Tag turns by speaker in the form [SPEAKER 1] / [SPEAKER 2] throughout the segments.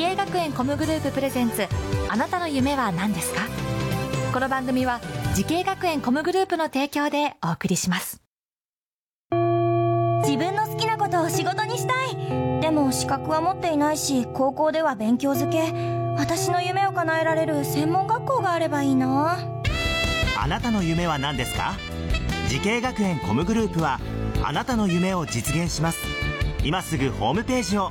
[SPEAKER 1] 英学園コムグループプレゼンツあなたの夢は何ですかこの番組は慈恵学園コムグループの提供でお送りします
[SPEAKER 2] 自分の好きなことを仕事にしたいでも資格は持っていないし高校では勉強づけ私の夢を叶えられる専門学校があればいいな
[SPEAKER 3] あなたの夢は何ですか慈恵学園コムグループはあなたの夢を実現します今すぐホームページを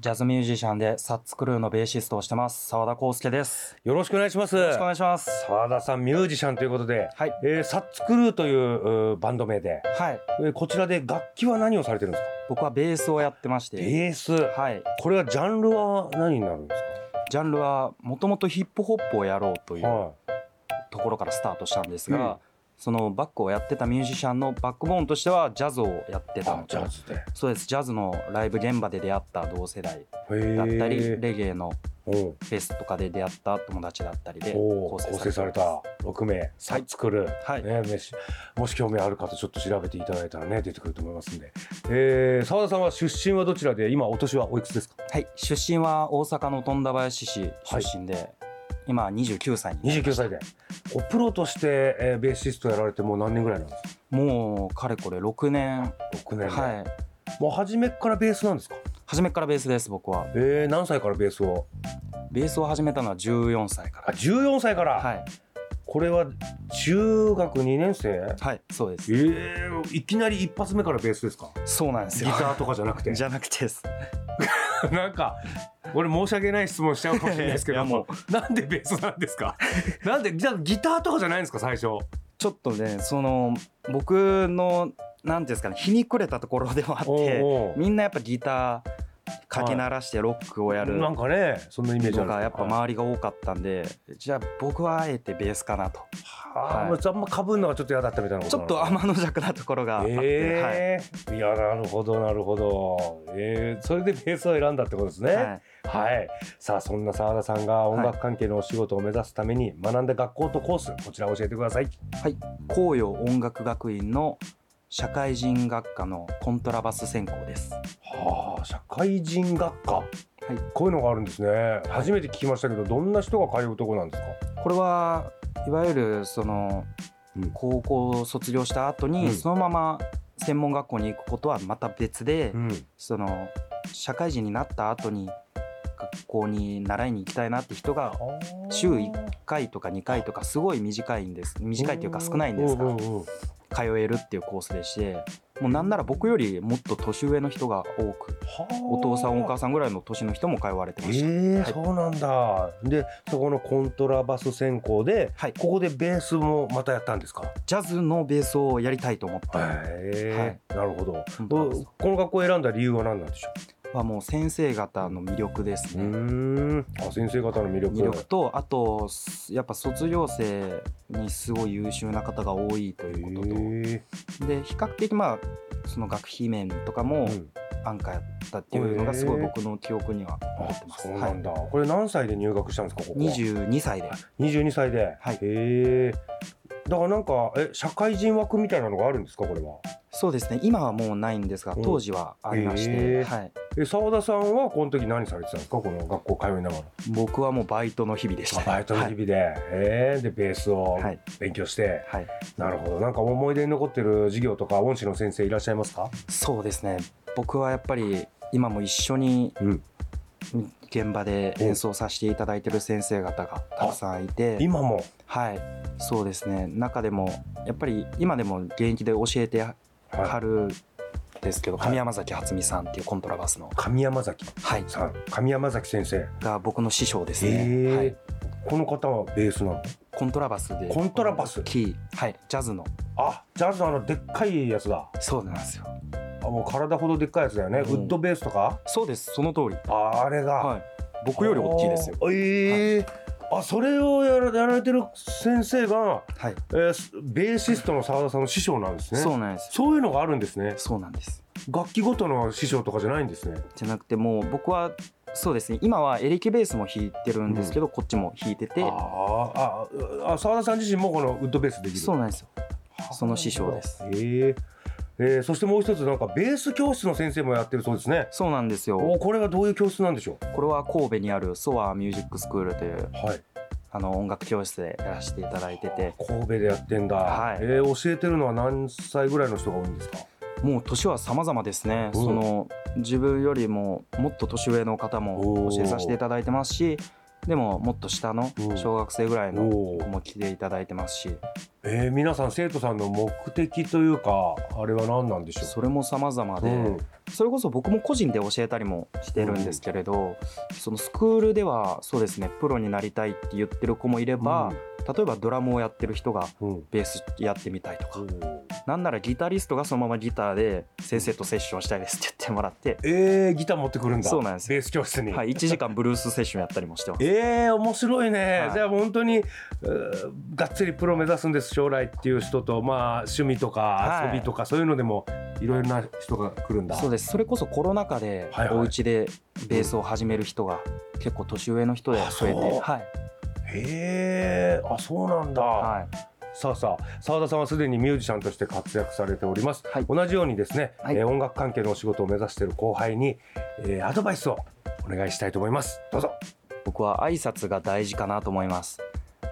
[SPEAKER 4] ジャズミュージシャンでサッツクルーのベーシストをしてます澤田康介です。
[SPEAKER 5] よろしくお願いします
[SPEAKER 4] よろしくお願いします。
[SPEAKER 5] 澤田さんミュージシャンということで、
[SPEAKER 4] はい
[SPEAKER 5] えーサッツクルーといううーバンド名で、
[SPEAKER 4] はい。
[SPEAKER 5] えーこちらで楽器は何をされてるんですか
[SPEAKER 4] 僕はベースをやってまして、
[SPEAKER 5] ベース
[SPEAKER 4] はい。
[SPEAKER 5] これはジャンルは何になるんです
[SPEAKER 4] ジャンルはもともとヒップホップをやろうとい
[SPEAKER 5] か、
[SPEAKER 4] う
[SPEAKER 5] は
[SPEAKER 4] ところからスタートしたんですが、
[SPEAKER 5] うん
[SPEAKER 4] そのバックをやってたミュージシャンのバックボーンとしてはジャズをやって
[SPEAKER 5] い、
[SPEAKER 4] た
[SPEAKER 5] あ
[SPEAKER 4] の
[SPEAKER 5] ジ
[SPEAKER 4] と
[SPEAKER 5] ャズでへ
[SPEAKER 4] そうですジャズのライブ現場で出会った同世代
[SPEAKER 5] ー
[SPEAKER 4] だったり、レゲエの
[SPEAKER 5] うん
[SPEAKER 4] フェスとかで出会った友達だったりで
[SPEAKER 5] おー構成された
[SPEAKER 4] ま
[SPEAKER 5] 6名サイ作る、
[SPEAKER 4] はい
[SPEAKER 5] ね、めしもし興味ある方ちょっと調べていただいたらね出てくると思いますんで、えー、澤田さんは出身はどちらで今お年はおいくつですか
[SPEAKER 4] すはい出身は大阪の富田林市出身で、今29歳になりました
[SPEAKER 5] 29歳でおプロとして、えーベーシストやられてもう何年ぐらいなんですか
[SPEAKER 4] もうかれこれ6年
[SPEAKER 5] 6年で、
[SPEAKER 4] はい
[SPEAKER 5] もう初めからベースなんですか
[SPEAKER 4] 初めっからベースです僕は
[SPEAKER 5] えー、何歳からベースを
[SPEAKER 4] ベースを始めたのは14歳か
[SPEAKER 5] あ14歳から、
[SPEAKER 4] らはい
[SPEAKER 5] これは中学2年生
[SPEAKER 4] はいそうです
[SPEAKER 5] えー、いきなり一発目からベースですか
[SPEAKER 4] そうなんです
[SPEAKER 5] ギ
[SPEAKER 4] よ
[SPEAKER 5] ターとかじゃなくて
[SPEAKER 4] じゃなくてです
[SPEAKER 5] なんか俺申し訳ない質問しちゃうかもしれないですけ
[SPEAKER 4] い
[SPEAKER 5] ど
[SPEAKER 4] やも
[SPEAKER 5] もなんでベースなんですかなんでじゃあギターとかじゃないんですか最初
[SPEAKER 4] ちょっとねその僕のなんていうんですかねひにくれたところではあって
[SPEAKER 5] おうおう
[SPEAKER 4] みんなやっぱギターかき鳴らしてロックをやる
[SPEAKER 5] なんかねそんなイメージあ
[SPEAKER 4] の
[SPEAKER 5] る
[SPEAKER 4] がやっぱ
[SPEAKER 5] あ、
[SPEAKER 4] 周りが多かったんでじゃあ僕はあえてベースかなと
[SPEAKER 5] あ
[SPEAKER 4] はい
[SPEAKER 5] ーあんまかぶんのがちょっと嫌だったみたいなこ
[SPEAKER 4] ち
[SPEAKER 5] と
[SPEAKER 4] ょっと
[SPEAKER 5] 甘
[SPEAKER 4] 天の弱なところがあって、はい
[SPEAKER 5] えーい、やなるほどなるほど、えー、それでベースを選んだってことですね
[SPEAKER 4] はい
[SPEAKER 5] はい、さあそんな澤田さんが音楽関係のお仕事を目指すために学んだ学校とコースこちら教えてください
[SPEAKER 4] 紅葉音楽学院の社会人学科のコントラバス専攻です。
[SPEAKER 5] はあ社会人学科、はい
[SPEAKER 4] い、
[SPEAKER 5] こういうのがあるんですね、初めて聞きましたけどどんな人が通うとこなんですか
[SPEAKER 4] これはいわゆるその
[SPEAKER 5] うん
[SPEAKER 4] 高校を卒業した後
[SPEAKER 5] う
[SPEAKER 4] に
[SPEAKER 5] ん
[SPEAKER 4] そのまま専門学校に行くことはまた別で、
[SPEAKER 5] うん、
[SPEAKER 4] その社会人になった後に学校に習いに行きたいなって人が週1回とか2回とかすごい短いんです短いというか少ないんですが
[SPEAKER 5] うんうんうん
[SPEAKER 4] 通えるっていうコースでしてもうなんなら僕よりもっと年上の人が多くお父さんお母
[SPEAKER 5] さ
[SPEAKER 4] さんぐらいの年の人も通われてま
[SPEAKER 5] え
[SPEAKER 4] した。
[SPEAKER 5] ー
[SPEAKER 4] はい
[SPEAKER 5] そうなんだでそこのコントラバス専攻で、
[SPEAKER 4] はい
[SPEAKER 5] ここでベースもまたやったんですか
[SPEAKER 4] ジャズのベースをやりたいと思った
[SPEAKER 5] へえ、なるほど
[SPEAKER 4] コントラバス
[SPEAKER 5] おこの学校を選んだ理由は何なんでしょ
[SPEAKER 4] はもう先生方の魅力です
[SPEAKER 5] うう
[SPEAKER 4] ね。
[SPEAKER 5] んあ先生方の魅力
[SPEAKER 4] 魅力とあとすやっぱ卒業生にすごい優秀な方が多いということ
[SPEAKER 5] へ
[SPEAKER 4] とで比較的まあその学費面とかも
[SPEAKER 5] えうん
[SPEAKER 4] 安価やったっていうのがすごい僕の記憶には残って
[SPEAKER 5] あ
[SPEAKER 4] ます。
[SPEAKER 5] そうなんだ、これ何歳で入学したんですかここは
[SPEAKER 4] 二十二歳で
[SPEAKER 5] 22歳で、
[SPEAKER 4] はい
[SPEAKER 5] へえだからなんかえ社会人枠みたいなのがあるんですかこれは
[SPEAKER 4] そうですね今はもうないんですが
[SPEAKER 5] うん
[SPEAKER 4] 当時はありまして、
[SPEAKER 5] へえ
[SPEAKER 4] はい、
[SPEAKER 5] え澤田さんはこの時何されてたんですかこの学校通いながら
[SPEAKER 4] 僕はもうバイトの日々でした、
[SPEAKER 5] バイトの日
[SPEAKER 4] はい
[SPEAKER 5] 々で、えーでベースを
[SPEAKER 4] はい
[SPEAKER 5] 勉強して、
[SPEAKER 4] はい
[SPEAKER 5] なるほどなんか思い出に残ってる授業とか恩師の先生いらっしゃいますか
[SPEAKER 4] そうですね僕はやっぱり今も一緒に
[SPEAKER 5] うん
[SPEAKER 4] 現場で演奏させていただいてる先生方がたくさんいて、
[SPEAKER 5] 今も
[SPEAKER 4] はい、そうですね中でもやっぱり今でも現役で教えては
[SPEAKER 5] はい
[SPEAKER 4] るんですけど、
[SPEAKER 5] はい
[SPEAKER 4] 神山崎初美さんっていうコントラバスの、
[SPEAKER 5] 神山崎
[SPEAKER 4] はい、
[SPEAKER 5] さん神山崎先生
[SPEAKER 4] が僕の師匠です
[SPEAKER 5] え
[SPEAKER 4] ね、はい、
[SPEAKER 5] この方はベースなの
[SPEAKER 4] コントラバスで
[SPEAKER 5] コントラバス
[SPEAKER 4] キー、はい、ジャズの
[SPEAKER 5] あジャズのあのでっかいやつだ
[SPEAKER 4] そうなんですよ
[SPEAKER 5] あもう体ほどでっかいやつだよね、
[SPEAKER 4] うん
[SPEAKER 5] ウッドベースとか
[SPEAKER 4] そうですその通り
[SPEAKER 5] ああれが、
[SPEAKER 4] はい僕より大きいですよ。
[SPEAKER 5] あーええあそれをやらやられてる先生が、
[SPEAKER 4] はい、
[SPEAKER 5] えーすベーシストの澤田さんの師匠なんですね
[SPEAKER 4] そうなんです。
[SPEAKER 5] そういうのがあるんですね
[SPEAKER 4] そうなんです。
[SPEAKER 5] 楽器ごとの師匠とかじゃないんですね
[SPEAKER 4] じゃなくてもう僕はそうですね。今はエレキベースも弾いてるんですけど、こっちも弾いてて
[SPEAKER 5] あ、ーあああ澤田さん自身もこのウッドベースできる
[SPEAKER 4] そうなんですよ。その師匠です。
[SPEAKER 5] えええーそしてもう一つなんかベース教室の先生もやってるそうですね
[SPEAKER 4] そうなんです
[SPEAKER 5] お
[SPEAKER 4] よ。
[SPEAKER 5] これはどういう教室なんでしょ
[SPEAKER 4] これは神戸にあるソアミュージックスクールという
[SPEAKER 5] うはい
[SPEAKER 4] あの音楽教室でやらせていただいてて、
[SPEAKER 5] 神戸でやってんだ、
[SPEAKER 4] はい
[SPEAKER 5] えー教えてるのは何歳ぐらいの人が多いんですか
[SPEAKER 4] もう年は様々ですね。
[SPEAKER 5] うん
[SPEAKER 4] その自分よりももっと年上の方も教えさせていただいてますし、でももっと下の
[SPEAKER 5] うん
[SPEAKER 4] 小学生ぐらいの
[SPEAKER 5] お
[SPEAKER 4] 子も来ていただいてますし、
[SPEAKER 5] えー、皆さん生徒さんの目的というかあれは何なんでしょ
[SPEAKER 4] それも様々
[SPEAKER 5] う、
[SPEAKER 4] で、それこそ僕も個人で教えたりもしてるんですけれど、そのスクールではそうですねプロになりたいって言ってる子もいれば、例えばドラムをやってる人が
[SPEAKER 5] うんうん
[SPEAKER 4] ベースやってみたいとか、
[SPEAKER 5] うん
[SPEAKER 4] なんならギタリストがそのままギターで先生とセッションしたいですって言ってもらって、
[SPEAKER 5] えー、ギター持ってくるんだ
[SPEAKER 4] そうなんです
[SPEAKER 5] ベース教室に、
[SPEAKER 4] はい、1時間ブルースセッションやったりもしてます。
[SPEAKER 5] えー、面白いね、
[SPEAKER 4] はい
[SPEAKER 5] じゃあ本当に、えーがっつりプロ目指すんです将来っていう人と、まあ、趣味とか
[SPEAKER 4] はい
[SPEAKER 5] 遊びとか、そういうのでもいろいろな人が来るんだ
[SPEAKER 4] そうですそれこそコロナ禍で
[SPEAKER 5] はいはい
[SPEAKER 4] お家でベースを始める人が結構年上の人で増えて、
[SPEAKER 5] あそう
[SPEAKER 4] はい
[SPEAKER 5] へえあそうなんだ、
[SPEAKER 4] はい、
[SPEAKER 5] さあさあ澤田さんはすでにミュージシャンとして活躍されております、
[SPEAKER 4] はい
[SPEAKER 5] 同じようにですね、
[SPEAKER 4] はい
[SPEAKER 5] えー音楽関係のお仕事を目指している後輩に、えーアドバイスをお願いしたいと思いますどうぞ
[SPEAKER 4] 僕は挨拶が大事かなと思います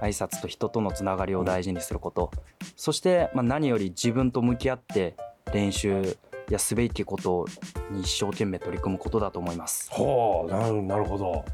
[SPEAKER 4] 挨拶と人とのつながりを大事にすること、そして、まあ、何より自分と向き合って練習やすべきことに一生懸命取り組むことだと思います
[SPEAKER 5] ほうなるなるほど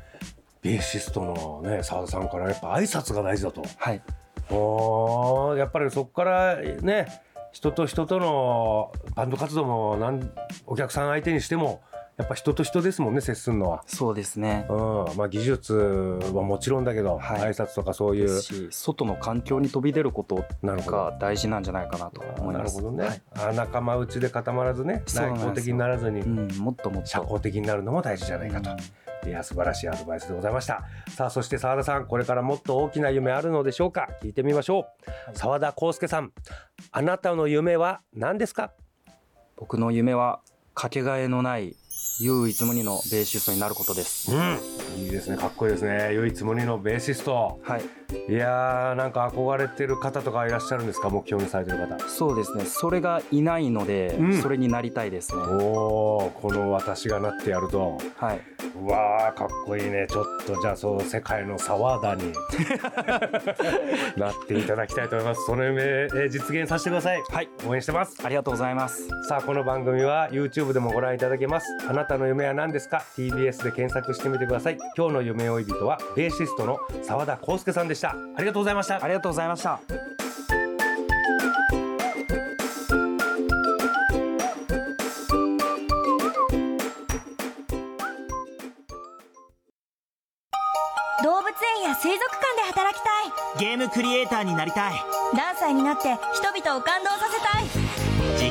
[SPEAKER 5] ベーシストのね澤田さんからやっぱ挨拶が大事だと
[SPEAKER 4] はい
[SPEAKER 5] おーやっぱりそこからね人と人とのバンド活動もなんお客さん相手にしてもやっぱ人と人ですもんね接するのは。
[SPEAKER 4] そうですね
[SPEAKER 5] うんまあ、技術はもちろんだけど、
[SPEAKER 4] はい
[SPEAKER 5] 挨拶とかそうい
[SPEAKER 4] で
[SPEAKER 5] う
[SPEAKER 4] すし外の環境に飛び出ること
[SPEAKER 5] なるほど
[SPEAKER 4] が大事なんじゃないかなと思い
[SPEAKER 5] な
[SPEAKER 4] ま
[SPEAKER 5] る
[SPEAKER 4] す
[SPEAKER 5] ほどね、
[SPEAKER 4] はい
[SPEAKER 5] あ仲間内で固まらずね
[SPEAKER 4] そうな
[SPEAKER 5] 内
[SPEAKER 4] んですよ
[SPEAKER 5] 向的にならずに、
[SPEAKER 4] うん、もっともっと
[SPEAKER 5] 社交的になるのも大事じゃないかと、いや素晴らしいアドバイスでございましたさあそして澤田さんこれからもっと大きな夢あるのでしょうか聞いてみましょう澤田康介さんあなたの夢は何ですか
[SPEAKER 4] 僕の夢はかけがえのない唯一無二のベーシストになることです。
[SPEAKER 5] うんいいですねかっこいいですね唯一無二のベーシスト
[SPEAKER 4] はい、
[SPEAKER 5] いやーなんか憧れてる方とかいらっしゃるんですか目標にされてる方
[SPEAKER 4] そうですね。それがいないので、
[SPEAKER 5] うん
[SPEAKER 4] それになりたいですね。
[SPEAKER 5] おおこの私がなってやると
[SPEAKER 4] はい、
[SPEAKER 5] うわあかっこいいねちょっとじゃあそう世界の沢田になっていただきたいと思いますその夢、えー実現させてください
[SPEAKER 4] はい、
[SPEAKER 5] 応援してます
[SPEAKER 4] ありがとうございます。
[SPEAKER 5] さあこの番組は YouTube でもご覧いただけますあなたの夢は何ですか TBS で検索してみてください今日の夢追い人はベーシストの澤田康介さんでしたありがとうございました
[SPEAKER 4] ありがとうございました。
[SPEAKER 2] 動物園や水族館で働きたい
[SPEAKER 3] ゲームクリエイターになりたい
[SPEAKER 2] 何歳になって人々を感動させたい